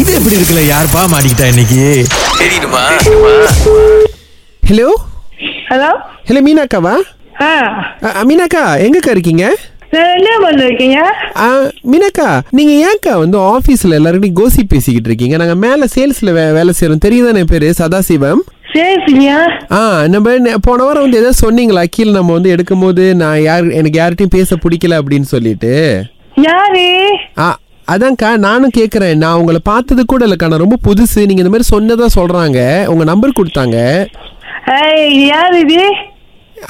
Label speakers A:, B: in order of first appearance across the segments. A: இது எப்படி இருக்குல்ல யாருப்பா மாட்டிக்கிட்டா இன்னைக்கு
B: தெரியுமா
C: ஹலோ
D: ஹலோ
C: ஹலோ மீனாக்காவா
D: ஆ
C: அ, அ, மீனாக்கா எங்கக்கா இருக்கீங்க
D: நான் என்ன பண்ணிருக்கீங்க
C: ஆ, மீனாக்கா நீங்க ஏன்க்கா வந்து ஆபீஸ்ல எல்லாருக்கிட்டையும் கோசி பேசிக்கிட்டு இருக்கீங்க நாங்க மேல சேல்ஸ்ல வே வேலை செய்யறோம் தெரியுதானே என் பேரு சதாசிவம்
D: சேஃப்லியா
C: ஆ நம்ம நே- போன வாரம் வந்து ஏதோ சொன்னீங்களா கீழே நம்ம வந்து எடுக்கும்போது நான் யார் எனக்கு யார்கிட்டயும் பேச பிடிக்கல அப்படின்னு சொல்லிட்டு
D: யாரு
C: ஆ அதான்க்கா நானும் கேட்குறேன் நான் உங்களை பார்த்தது கூட இல்லைக்கா நான் ரொம்ப புதுசு நீங்கள் இந்த மாதிரி சொன்னதா சொல்கிறாங்க உங்கள் நம்பர் கொடுத்தாங்க
D: ஏய், யார் இது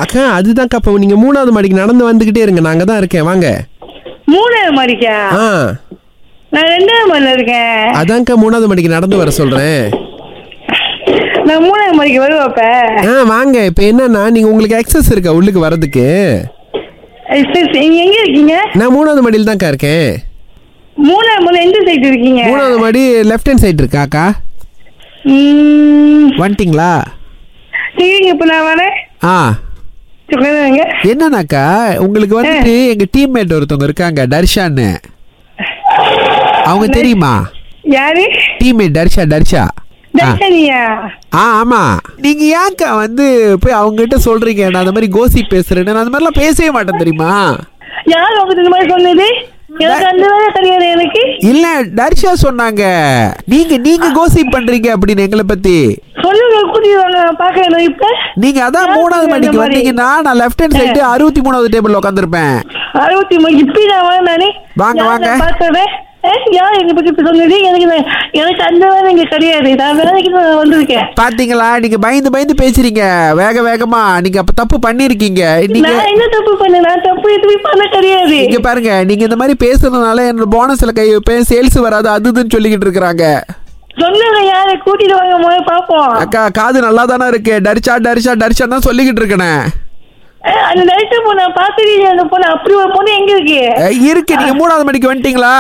C: அக்கா அதுதான்க்கா இப்போ நீங்கள் மூணாவது மாடிக்கு நடந்து வந்துக்கிட்டே இருங்க நாங்கள் தான் இருக்கேன் வாங்க
D: மூணாவது மாடிக்கா
C: ஆ
D: நான் ரெண்டாவது மாடில இருக்கேன்
C: அதான்க்கா மூணாவது மாடிக்கு நடந்து வர சொல்கிறேன்
D: நான் மூணாவது மாடிக்கு வருவாப்ப
C: ஆ வாங்க இப்போ என்னன்னா நீங்கள் உங்களுக்கு access இருக்கா உள்ளுக்கு வர்றதுக்கு
D: ஏய், sis, நீங்க எங்க இருக்கீங்க
C: நான் மூணாவது மாடியில் தான்க்கா இருக்கேன்
D: மூணாவது மாடில எந்த சைடு இருக்கீங்க
C: மூணாவது மாடி லெஃப்ட் ஹேண்ட் சைடு இருக்காக்கா
D: ம்,
C: வந்துட்டிங்களா
D: சரிங்க இப்ப நான் வரேன்
C: ஆ
D: சொல்லுங்க
C: என்னன்னாக்கா உங்களுக்கு வந்துட்டு எங்க டீம்மேட் ஒருத்தவங்க இருக்காங்க டர்ஷான்னு அவங்க தெரியுமா
D: யாரு
C: டீம்மேட் டர்ஷா டர்ஷா ஆ.
D: தர்ஷனியா
C: ஆ ஆமா நீங்க ஏன்க்கா வந்து போய் அவங்க கிட்ட சொல்றீங்க நான் அந்த மாதிரி கோசி பேசுறேன்னு நான் அந்த மாதிரிலாம் பேசவே மாட்டேன் தெரியுமா
D: யார் உங்களுக்கு இந்த மாதிரி சொன்னது எனக்கு அந்த வேலை தெரியாது எனக்கு
C: இல்ல டர்ஷா சொன்னாங்க நீங்க நீங்க கோசி பண்றீங்க அப்படின்னு எங்களை பத்தி
D: சொல்லுங்க கூட்டிட்டு வாங்க நான் பாக்கிறேன் இப்ப
C: நீங்க அதான்
D: யார்
C: மூணாவது
D: சொன்னா இந்த
C: மணிக்கு
D: மாதிரி?
C: வந்தீங்கன்னா நான் லெஃப்ட் ஹேண்ட் சைடு அறுபத்தி மூணாவது டேபிள் உட்காந்துருப்பேன்
D: அறுபத்தி மூணு இப்படி நான் வரேன் நானே
C: வாங்க,
D: யார்
C: வாங்க.
D: நான் பார்த்தவன்? ஏ, யார் என்னை பத்தி இப்படி சொன்னது எனக்கு நான்- எனக்கு அந்த வேலை இங்க கிடையாது நான் வேலைக்கு தான் நான் வந்திருக்கேன்
C: பாத்தீங்களா நீங்க பயந்து பயந்து பேசுறீங்க வேக வேகமா நீங்க அப்ப தப்பு பண்ணிருக்கீங்க நீங்க
D: நான் என்ன தப்பு பண்ணேன் நான் தப்பு எதுவுமே பண்ண கிடையாது
C: இங்க பாருங்க நீங்க இந்த மாதிரி பேசுறதுனால என்னோட போனஸ்ல கை வைப்பேன் சேல்ஸ் வராது அது இதுன்னு சொல்லிக்கிட்டு இருக்காங்க
D: சொன்னவங்க யாரு கூட்டிட்டு வாங்க முத பாப்போம்
C: அக்கா காது நல்லா தானே இருக்கு டரிச்சா டரிச்சா டரிச்சா தான் சொல்லிக்கிட்டு இருக்கேன்
D: ஏ, அந்த நைட்டு பொண்ணு பாத்துருக்கீங்க அந்த பொண்ணு அப்படி ஒரு பொண்ணு எங்க இருக்கு
C: இருக்கு நீங்க மூணாவது மணிக்கு வந்துட்டீங்களா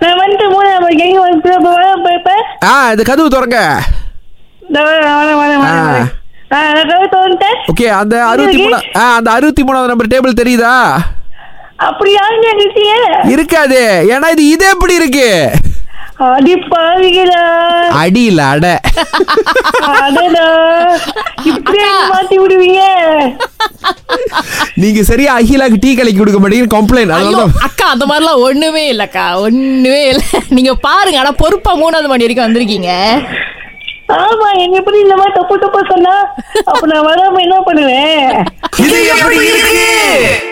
D: நான் வந்துட்டு மூணு அவருக்கு எங்க வந்து இப்ப வர போயப்ப
C: ஆ இது கதவு திறங்க
D: இந்த வரேன் வரேன் வரேன்
C: ஆ.
D: வரேன் ஆஹ் நான் கவிதை வந்துட்டேன்
C: ஓகே அந்த அறுபத்தி மூணு ஆ அந்த அறுபத்தி மூணாவது நம்பர் டேபிள் தெரியுதா
D: அப்படி யாருங்க நிறுத்திய
C: இருக்காது ஏன்னா இது இது எப்படி இருக்கு
D: அடி பாவிகளா
C: அடியில் அடை
D: அடடா இப்படி மாத்தி விடுவீங்க
C: நீங்க சரியா அகிலாக்கு டீ கலக்கி கொடுக்க மாட்டீங்கன்னு கம்ப்ளைண்ட்
E: ஐயோ
C: அதனால
E: அக்கா அந்த மாதிரிலாம் ஒண்ணுமே இல்லக்கா ஒண்ணுமே இல்ல நீங்க பாருங்க ஆனா பொறுப்பா மூணாவது மணி வரைக்கும் வந்திருக்கீங்க
D: ஆமா எங்க எப்படி இந்த மாதிரி தப்பு தப்பா சொன்னா அப்ப நான் வராம என்ன பண்ணுவேன்
C: இது எப்படி இருக்கு